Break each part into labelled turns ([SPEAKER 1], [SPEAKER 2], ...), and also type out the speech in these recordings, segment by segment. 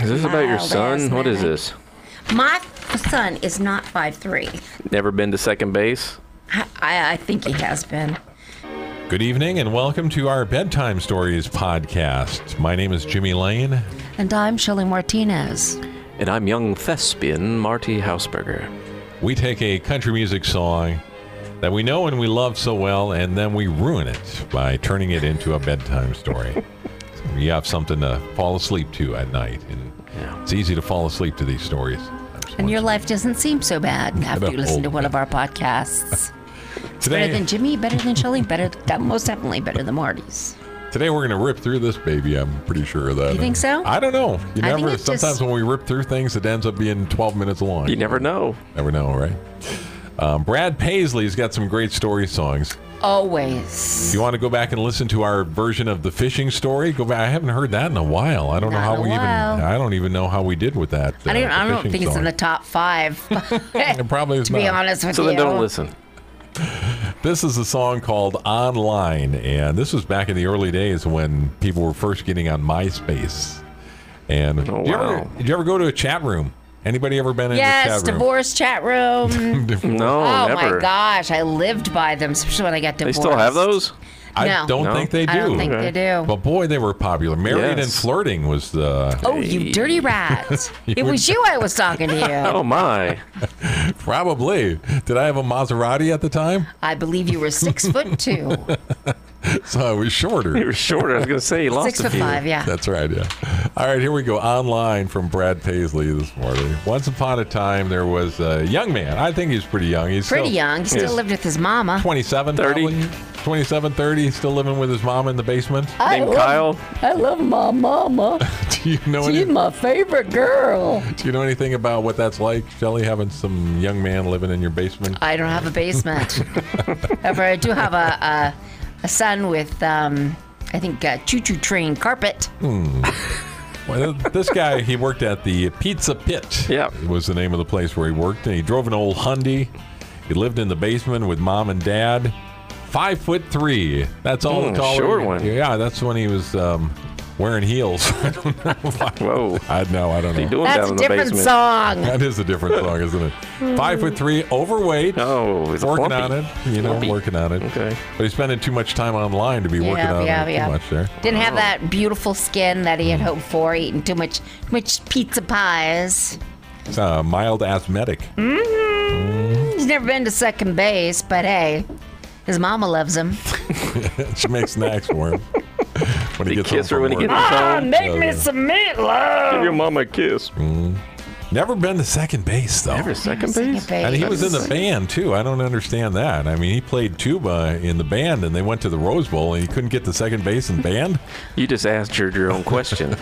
[SPEAKER 1] Is this about your
[SPEAKER 2] Mild
[SPEAKER 1] son?
[SPEAKER 2] ass
[SPEAKER 1] What is
[SPEAKER 2] manic.
[SPEAKER 1] this?
[SPEAKER 2] My son is not five three.
[SPEAKER 1] Never been to second base?
[SPEAKER 2] I, I I think he has been.
[SPEAKER 3] Good evening and welcome to our Bedtime Stories podcast. My name is Jimmy Lane.
[SPEAKER 2] And I'm Shirley Martinez.
[SPEAKER 1] And I'm young thespian Marty Hausberger.
[SPEAKER 3] We take a country music song that we know and we love so well, and then we ruin it by turning it into a bedtime story. so you have something to fall asleep to at night, and
[SPEAKER 1] Yeah.
[SPEAKER 3] it's easy to fall asleep to these stories. sometimes.
[SPEAKER 2] And your life doesn't seem so bad after you listen to one of our podcasts. Better
[SPEAKER 3] today,
[SPEAKER 2] than Jimmy, better than Shirley, better most definitely better than Marty's.
[SPEAKER 3] today we're going to rip through this baby. I'm pretty sure of that.
[SPEAKER 2] You think so?
[SPEAKER 3] I don't know. You
[SPEAKER 2] I think
[SPEAKER 3] never.
[SPEAKER 2] it's
[SPEAKER 3] Sometimes
[SPEAKER 2] just-
[SPEAKER 3] when we rip through things, it ends up being 12 minutes long.
[SPEAKER 1] You never know.
[SPEAKER 3] Never know, right? Um, Brad Paisley's got some great story songs.
[SPEAKER 2] Always.
[SPEAKER 3] If you want to go back and listen to our version of the fishing story, go back. I haven't heard that in a while. I don't know
[SPEAKER 2] Not
[SPEAKER 3] how
[SPEAKER 2] in a
[SPEAKER 3] we even.
[SPEAKER 2] while.
[SPEAKER 3] I don't even know how we did with that.
[SPEAKER 2] I don't.
[SPEAKER 3] uh,
[SPEAKER 2] I don't
[SPEAKER 3] fishing
[SPEAKER 2] think it's in
[SPEAKER 3] song.
[SPEAKER 2] the top five.
[SPEAKER 3] It probably is
[SPEAKER 2] to be
[SPEAKER 3] not.
[SPEAKER 2] honest with
[SPEAKER 1] So
[SPEAKER 2] you.
[SPEAKER 1] then don't listen.
[SPEAKER 3] This is a song called "Online," and this was back in the early days when people were first getting on MySpace. And
[SPEAKER 1] Oh,
[SPEAKER 3] did, you
[SPEAKER 1] wow.
[SPEAKER 3] ever, did you ever go to a chat room? Anybody ever been in
[SPEAKER 2] Yes,
[SPEAKER 3] a chat room?
[SPEAKER 2] divorce chat room.
[SPEAKER 1] No,
[SPEAKER 2] oh
[SPEAKER 1] never.
[SPEAKER 2] my gosh, I lived by them, especially when I got
[SPEAKER 1] They
[SPEAKER 2] divorced.
[SPEAKER 1] still have those?
[SPEAKER 3] I
[SPEAKER 2] No.
[SPEAKER 3] don't
[SPEAKER 1] No.
[SPEAKER 3] think they do.
[SPEAKER 2] I don't think
[SPEAKER 1] Okay.
[SPEAKER 2] they do.
[SPEAKER 3] But boy, they were popular. Married and
[SPEAKER 1] Yes.
[SPEAKER 3] flirting was uh, the
[SPEAKER 2] Oh, you dirty rat! it was you I was talking to you.
[SPEAKER 1] Oh my.
[SPEAKER 3] Probably. Did I have a Maserati at the time?
[SPEAKER 2] I believe you were six foot two,
[SPEAKER 3] So I was
[SPEAKER 1] You
[SPEAKER 3] shorter.
[SPEAKER 1] were short. I was going to say you lost
[SPEAKER 2] six
[SPEAKER 1] a
[SPEAKER 2] foot
[SPEAKER 1] few.
[SPEAKER 2] five. Yeah.
[SPEAKER 3] That's right, yeah. All right, here we go. Online from Brad Paisley this morning. Once upon a time, there was a young man. I think he's pretty young. He's
[SPEAKER 2] Pretty
[SPEAKER 3] still
[SPEAKER 2] young. He still
[SPEAKER 1] Yes.
[SPEAKER 2] lived with his mama.
[SPEAKER 3] 27,
[SPEAKER 1] 30.
[SPEAKER 3] 30. 27, 30, still living with his mom in the basement.
[SPEAKER 2] Uh,
[SPEAKER 1] Named Kyle.
[SPEAKER 2] I love my mama.
[SPEAKER 3] Do you know, any,
[SPEAKER 2] my favorite girl.
[SPEAKER 3] do you know anything about what that's like, Shelly, having some young man living in your basement?
[SPEAKER 2] I don't have a basement. However, I do have a, a, a son with, um, I think, uh choo choo train carpet.
[SPEAKER 3] Well, this guy, he worked at the Pizza Pit.
[SPEAKER 1] Yeah.
[SPEAKER 3] was the name of the place where he worked. And he drove an old Hyundai. He lived in the basement with mom and dad. Five foot three. That's all
[SPEAKER 1] Mm,
[SPEAKER 3] the taller.
[SPEAKER 1] short one.
[SPEAKER 3] Yeah, that's when he was um, wearing heels. I don't know. why.
[SPEAKER 1] Whoa.
[SPEAKER 3] I know. I don't
[SPEAKER 1] What are you
[SPEAKER 3] know.
[SPEAKER 1] doing
[SPEAKER 2] That's
[SPEAKER 1] down
[SPEAKER 2] a
[SPEAKER 1] in the
[SPEAKER 2] different
[SPEAKER 1] basement?
[SPEAKER 2] song.
[SPEAKER 3] That is a different song, isn't it? Five foot three, overweight.
[SPEAKER 1] Oh, it's a
[SPEAKER 3] working
[SPEAKER 1] plumpy.
[SPEAKER 3] on it. You know,
[SPEAKER 1] Plumpy.
[SPEAKER 3] working on it.
[SPEAKER 1] Okay.
[SPEAKER 3] But he's spending too much time online to be working on
[SPEAKER 2] yeah,
[SPEAKER 3] it
[SPEAKER 2] yeah.
[SPEAKER 3] too much there.
[SPEAKER 2] Didn't
[SPEAKER 1] Oh.
[SPEAKER 2] have that beautiful skin that he had hoped for, eating too much, too much pizza pies.
[SPEAKER 3] He's, uh, mild asthmatic.
[SPEAKER 2] He's never been to second base, but hey, his mama loves him.
[SPEAKER 3] she makes snacks for him. When he
[SPEAKER 1] You
[SPEAKER 3] gets home
[SPEAKER 1] kiss her
[SPEAKER 3] from
[SPEAKER 1] when you
[SPEAKER 3] work.
[SPEAKER 1] get home.
[SPEAKER 2] Ah, make me some meatloaf.
[SPEAKER 1] Oh, Give your mom a kiss.
[SPEAKER 3] Never been to second base though.
[SPEAKER 1] Never second
[SPEAKER 2] Second
[SPEAKER 1] base?
[SPEAKER 2] base.
[SPEAKER 3] And he was in the band too. I don't understand that. I mean, he played tuba in the band, and they went to the Rose Bowl, and he couldn't get to second base in band.
[SPEAKER 1] You just asked your, your own question.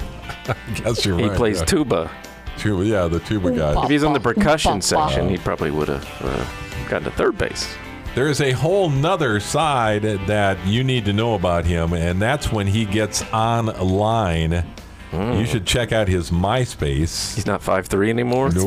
[SPEAKER 3] I guess you're
[SPEAKER 1] He
[SPEAKER 3] right.
[SPEAKER 1] plays
[SPEAKER 3] yeah.
[SPEAKER 1] tuba.
[SPEAKER 3] tuba. Yeah, the tuba guy.
[SPEAKER 1] If he's in the percussion
[SPEAKER 2] Ba-ba-ba.
[SPEAKER 1] section, he probably would have uh, gotten to third base.
[SPEAKER 3] There is a whole nother side that you need to know about him, and that's when he gets online.
[SPEAKER 1] Mm.
[SPEAKER 3] You should check out his MySpace.
[SPEAKER 1] He's not five three anymore.
[SPEAKER 3] No.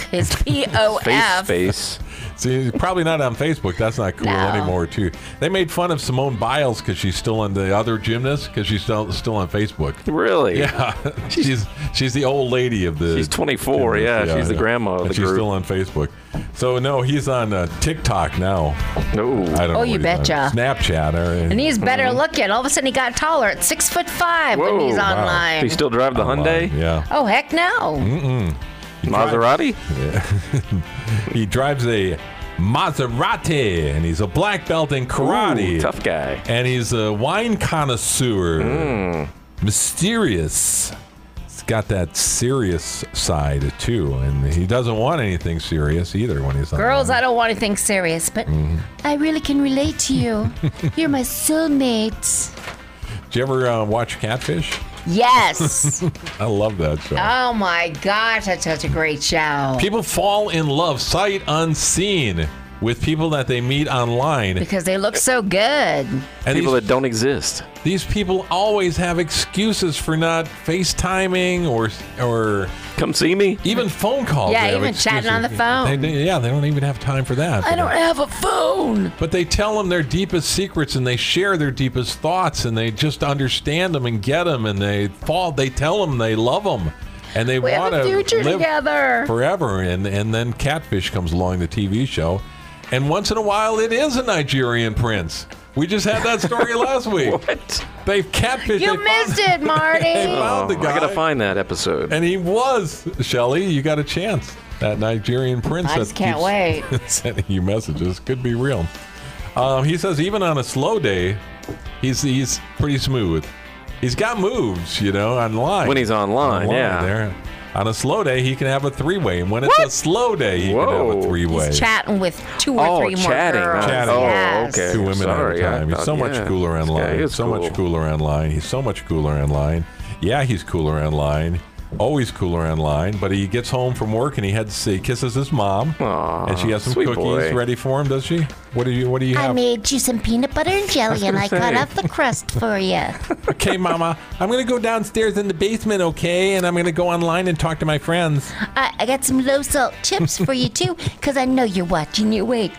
[SPEAKER 2] his
[SPEAKER 1] Face
[SPEAKER 2] POF.
[SPEAKER 1] space.
[SPEAKER 3] See, he's probably not on Facebook. That's not cool
[SPEAKER 2] No.
[SPEAKER 3] anymore, too. They made fun of Simone Biles because she's still on the other gymnast because she's still still on Facebook.
[SPEAKER 1] Really?
[SPEAKER 3] Yeah, she's she's the old lady of the.
[SPEAKER 1] She's 24, yeah, she's the grandma of
[SPEAKER 3] and
[SPEAKER 1] the
[SPEAKER 3] she's
[SPEAKER 1] group.
[SPEAKER 3] still on Facebook. So no, he's on uh, TikTok now.
[SPEAKER 1] No.
[SPEAKER 3] I don't know.
[SPEAKER 2] Oh,
[SPEAKER 3] what
[SPEAKER 2] you
[SPEAKER 3] he's on.
[SPEAKER 2] betcha.
[SPEAKER 3] Snapchat. Or,
[SPEAKER 2] And he's better looking. All of a sudden, he got taller at six foot five when
[SPEAKER 1] Mm-hmm. Whoa,
[SPEAKER 2] he's
[SPEAKER 1] wow.
[SPEAKER 2] online.
[SPEAKER 1] Do you still drive the Hyundai?
[SPEAKER 3] Yeah,
[SPEAKER 2] oh heck no!
[SPEAKER 1] Mm-hmm. Maserati?
[SPEAKER 3] he drives a Maserati, and he's a black belt in karate.
[SPEAKER 1] Ooh, tough guy.
[SPEAKER 3] and he's a wine connoisseur.
[SPEAKER 1] Hmm.
[SPEAKER 3] Mysterious. He's got that serious side too, and he doesn't want anything serious either when he's on.
[SPEAKER 2] Girls, I don't want anything serious, but
[SPEAKER 1] Mm-hmm.
[SPEAKER 2] I really can relate to you. You're my soulmates.
[SPEAKER 3] Did you ever uh, watch Catfish?
[SPEAKER 2] Yes.
[SPEAKER 3] I love that show.
[SPEAKER 2] oh my gosh, that's such a great show.
[SPEAKER 3] people fall in love sight unseen with people that they meet online,
[SPEAKER 2] Because they look so good.
[SPEAKER 3] and
[SPEAKER 1] People
[SPEAKER 3] these,
[SPEAKER 1] that don't exist.
[SPEAKER 3] these people always have excuses for not FaceTiming or or
[SPEAKER 1] Come see me.
[SPEAKER 3] even phone calls.
[SPEAKER 2] Yeah,
[SPEAKER 3] they have
[SPEAKER 2] even chatting on the
[SPEAKER 3] excuses.
[SPEAKER 2] phone.
[SPEAKER 3] They- they- yeah, they don't even have time for that.
[SPEAKER 2] I
[SPEAKER 3] But
[SPEAKER 2] don't have a phone.
[SPEAKER 3] But they tell them their deepest secrets and they share their deepest thoughts and they just understand them and get them and they fall. They tell them they love them. and they
[SPEAKER 2] We have
[SPEAKER 3] want
[SPEAKER 2] a
[SPEAKER 3] to
[SPEAKER 2] future
[SPEAKER 3] live
[SPEAKER 2] together.
[SPEAKER 3] forever. And and then Catfish comes along, the TV show, and once in a while it is a Nigerian prince. We just had that story last week.
[SPEAKER 1] What? Oh,
[SPEAKER 3] They've catfished.
[SPEAKER 2] you
[SPEAKER 3] they found-
[SPEAKER 2] missed it,
[SPEAKER 3] They
[SPEAKER 2] Marty.
[SPEAKER 3] found Oh, the
[SPEAKER 1] I
[SPEAKER 3] guy,
[SPEAKER 1] gotta find that episode.
[SPEAKER 3] and he was Shelley. You got a chance. That Nigerian prince.
[SPEAKER 2] I
[SPEAKER 3] that
[SPEAKER 2] just can't
[SPEAKER 3] keeps-
[SPEAKER 2] wait.
[SPEAKER 3] sending you messages could be real. Um, he says even on a slow day, he's he's pretty smooth. He's got moves, you know, online.
[SPEAKER 1] When he's online, yeah.
[SPEAKER 3] There. On a slow day, he can have a three-way, and when it's a slow day, he can have
[SPEAKER 1] Whoa.
[SPEAKER 3] a three-way.
[SPEAKER 2] He's chatting with two or
[SPEAKER 1] oh,
[SPEAKER 2] three more
[SPEAKER 1] chatting.
[SPEAKER 2] girls.
[SPEAKER 1] not-
[SPEAKER 3] Chatting.
[SPEAKER 1] Oh,
[SPEAKER 2] Yes.
[SPEAKER 1] okay.
[SPEAKER 3] Two women
[SPEAKER 1] Sorry,
[SPEAKER 3] at
[SPEAKER 1] I
[SPEAKER 3] a time. He's
[SPEAKER 1] thought-
[SPEAKER 3] so much
[SPEAKER 1] yeah,
[SPEAKER 3] cooler
[SPEAKER 1] this guy
[SPEAKER 3] online.
[SPEAKER 1] is
[SPEAKER 3] so much
[SPEAKER 1] cool.
[SPEAKER 3] cooler online. He's so much cooler online. Yeah, he's cooler online. Always cooler online. But he gets home from work and he heads. He kisses his mom,
[SPEAKER 1] Aw,
[SPEAKER 3] and she has some
[SPEAKER 1] sweet
[SPEAKER 3] cookies
[SPEAKER 1] boy.
[SPEAKER 3] ready for him. Does she? What do you? What do you have?
[SPEAKER 4] I made you some peanut butter and jelly, and I cut
[SPEAKER 1] say.
[SPEAKER 4] off the crust for you.
[SPEAKER 3] Okay, Mama, I'm gonna go downstairs in the basement, okay, and I'm gonna go online and talk to my friends.
[SPEAKER 4] I, I got some low salt chips for you too, 'cause I know you're watching your weight,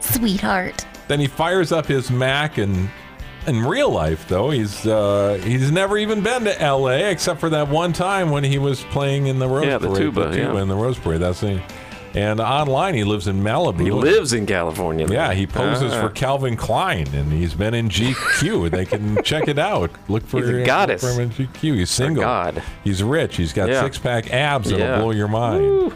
[SPEAKER 4] sweetheart.
[SPEAKER 3] Then he fires up his Mac, and in real life, though, he's uh, he's never even been to L.A. except for that one time when he was playing in the Rose
[SPEAKER 1] Yeah, the
[SPEAKER 3] Parade,
[SPEAKER 1] tuba, yeah.
[SPEAKER 3] in the Rose Parade. That's the And online, he lives in Malibu.
[SPEAKER 1] He lives in California.
[SPEAKER 3] Yeah, he poses
[SPEAKER 1] Ah.
[SPEAKER 3] for Calvin Klein, and he's been in GQ. they can check it out. Look for
[SPEAKER 1] He's a
[SPEAKER 3] look
[SPEAKER 1] goddess.
[SPEAKER 3] for him in GQ. He's single.
[SPEAKER 1] god.
[SPEAKER 3] He's rich. He's got
[SPEAKER 1] Yeah.
[SPEAKER 3] six pack abs that'll
[SPEAKER 1] Yeah.
[SPEAKER 3] blow your mind.
[SPEAKER 1] Woo.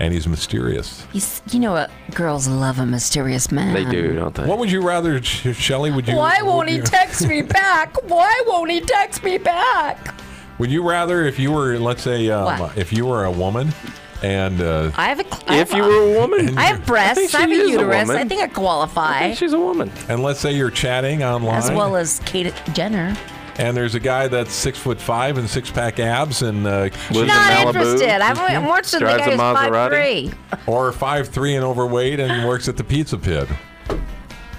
[SPEAKER 3] And he's mysterious.
[SPEAKER 2] He's, you know what? Girls love a mysterious man.
[SPEAKER 1] They do, don't they?
[SPEAKER 3] What would you rather, Sh- Shelley? Would you?
[SPEAKER 2] Why
[SPEAKER 3] would
[SPEAKER 2] won't he
[SPEAKER 3] you-
[SPEAKER 2] text me back? Why won't he text me back?
[SPEAKER 3] Would you rather if you were, let's say, um,
[SPEAKER 2] What?
[SPEAKER 3] if you were a woman, and uh,
[SPEAKER 2] I have a. cl- I
[SPEAKER 1] if
[SPEAKER 2] have
[SPEAKER 1] you
[SPEAKER 2] a-
[SPEAKER 1] were a woman,
[SPEAKER 2] I have breasts. I,
[SPEAKER 1] I
[SPEAKER 2] have
[SPEAKER 1] think
[SPEAKER 2] a
[SPEAKER 1] she is a
[SPEAKER 2] uterus. I
[SPEAKER 1] woman.
[SPEAKER 2] think I qualify.
[SPEAKER 1] I think she's a woman.
[SPEAKER 3] and let's say you're chatting online,
[SPEAKER 2] as well as Kate Jenner.
[SPEAKER 3] and there's a guy that's six foot five and six pack abs, and uh,
[SPEAKER 1] Lives in
[SPEAKER 2] Not
[SPEAKER 1] Malibu.
[SPEAKER 2] interested. I'm,
[SPEAKER 3] Mm-hmm.
[SPEAKER 2] I'm watching the
[SPEAKER 1] Drives
[SPEAKER 2] guy
[SPEAKER 1] a
[SPEAKER 2] who's five
[SPEAKER 1] Maserati.
[SPEAKER 2] three.
[SPEAKER 3] or five three and overweight, and works at the pizza pit.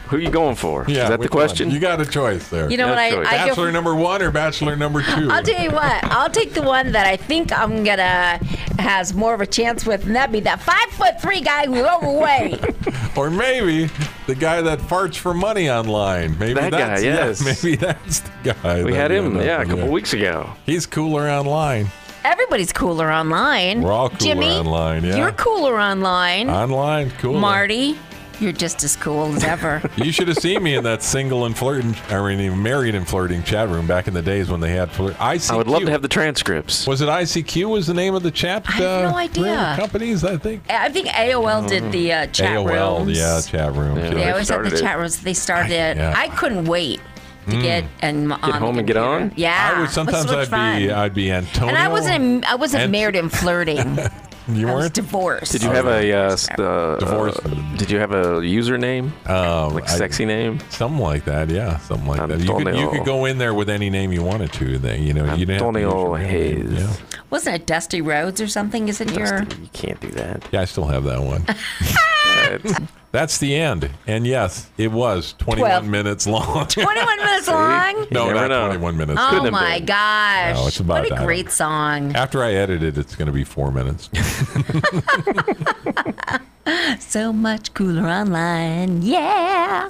[SPEAKER 1] Who you going for? is that the
[SPEAKER 3] which one?
[SPEAKER 1] question?
[SPEAKER 3] You got a choice there.
[SPEAKER 2] You know what?
[SPEAKER 1] That's
[SPEAKER 2] I,
[SPEAKER 1] right.
[SPEAKER 2] I
[SPEAKER 3] bachelor
[SPEAKER 2] go.
[SPEAKER 3] number one or bachelor number two?
[SPEAKER 2] I'll tell you what. I'll take the one that I think I'm gonna has more of a chance with, and that'd be that five foot three guy who's overweight.
[SPEAKER 3] Or maybe the guy that farts for money online. Maybe
[SPEAKER 1] That guy,
[SPEAKER 3] that's
[SPEAKER 1] yes.
[SPEAKER 3] yeah, maybe that's the guy.
[SPEAKER 1] we
[SPEAKER 3] that
[SPEAKER 1] had him,
[SPEAKER 3] ended up
[SPEAKER 1] yeah, a
[SPEAKER 3] with.
[SPEAKER 1] couple weeks ago.
[SPEAKER 3] He's cooler online.
[SPEAKER 2] Everybody's cooler online.
[SPEAKER 3] We're all cooler
[SPEAKER 2] Jimmy,
[SPEAKER 3] online, yeah.
[SPEAKER 2] You're cooler online.
[SPEAKER 3] Online, cooler.
[SPEAKER 2] Marty, you're just as cool as ever.
[SPEAKER 3] You should have seen me in that single and flirting, I mean, married and flirting chat room back in the days when they had flirt. ICQ.
[SPEAKER 1] I would love to have the transcripts.
[SPEAKER 3] Was it ICQ? Was the name of the chat?
[SPEAKER 2] I have
[SPEAKER 3] uh,
[SPEAKER 2] no idea.
[SPEAKER 3] room companies, I think.
[SPEAKER 2] I think AOL did the uh, chat
[SPEAKER 3] AOL,
[SPEAKER 2] rooms.
[SPEAKER 3] yeah, chat room.
[SPEAKER 1] Yeah.
[SPEAKER 2] They
[SPEAKER 1] They
[SPEAKER 2] always had the
[SPEAKER 1] started it.
[SPEAKER 2] chat rooms. They started.
[SPEAKER 3] I-
[SPEAKER 2] it.
[SPEAKER 3] yeah.
[SPEAKER 2] I couldn't wait to get and get on the
[SPEAKER 1] home and get
[SPEAKER 2] computer.
[SPEAKER 1] on?
[SPEAKER 2] Yeah,
[SPEAKER 3] I
[SPEAKER 2] it
[SPEAKER 3] would
[SPEAKER 2] was so
[SPEAKER 3] sometimes
[SPEAKER 2] much
[SPEAKER 3] I'd
[SPEAKER 2] fun.
[SPEAKER 3] be I'd be Antonio.
[SPEAKER 2] and I wasn't. I wasn't
[SPEAKER 3] and-
[SPEAKER 2] married and flirting.
[SPEAKER 3] You
[SPEAKER 2] I was
[SPEAKER 3] weren't.
[SPEAKER 2] divorced.
[SPEAKER 1] Did you have a uh, s- uh,
[SPEAKER 3] Divorce.
[SPEAKER 1] uh, did you have a username?
[SPEAKER 3] Um,
[SPEAKER 1] Like
[SPEAKER 3] I-
[SPEAKER 1] sexy name?
[SPEAKER 3] Something like that, yeah. Something like that. You could, you
[SPEAKER 1] Antonio.
[SPEAKER 3] could go in there with any name you wanted to. Then you know you didn't. have to use
[SPEAKER 1] Antonio
[SPEAKER 3] your real name,
[SPEAKER 1] Hayes.
[SPEAKER 3] Yeah.
[SPEAKER 2] Wasn't it Dusty Roads or something? Isn't your
[SPEAKER 1] You can't do that.
[SPEAKER 3] yeah, I still have that one.
[SPEAKER 1] That's-
[SPEAKER 3] That's the end. And yes, it was 21
[SPEAKER 2] Twelve.
[SPEAKER 3] minutes long.
[SPEAKER 2] 21 minutes long?
[SPEAKER 3] no,
[SPEAKER 1] You never
[SPEAKER 3] not
[SPEAKER 1] know.
[SPEAKER 3] 21 minutes.
[SPEAKER 1] Couldn't
[SPEAKER 2] Oh
[SPEAKER 1] have
[SPEAKER 2] my
[SPEAKER 1] been.
[SPEAKER 2] gosh!
[SPEAKER 3] No, it's about
[SPEAKER 2] what a
[SPEAKER 3] that.
[SPEAKER 2] great song.
[SPEAKER 3] After I edit it, it's going to be four minutes.
[SPEAKER 2] So much cooler online.
[SPEAKER 4] Yeah.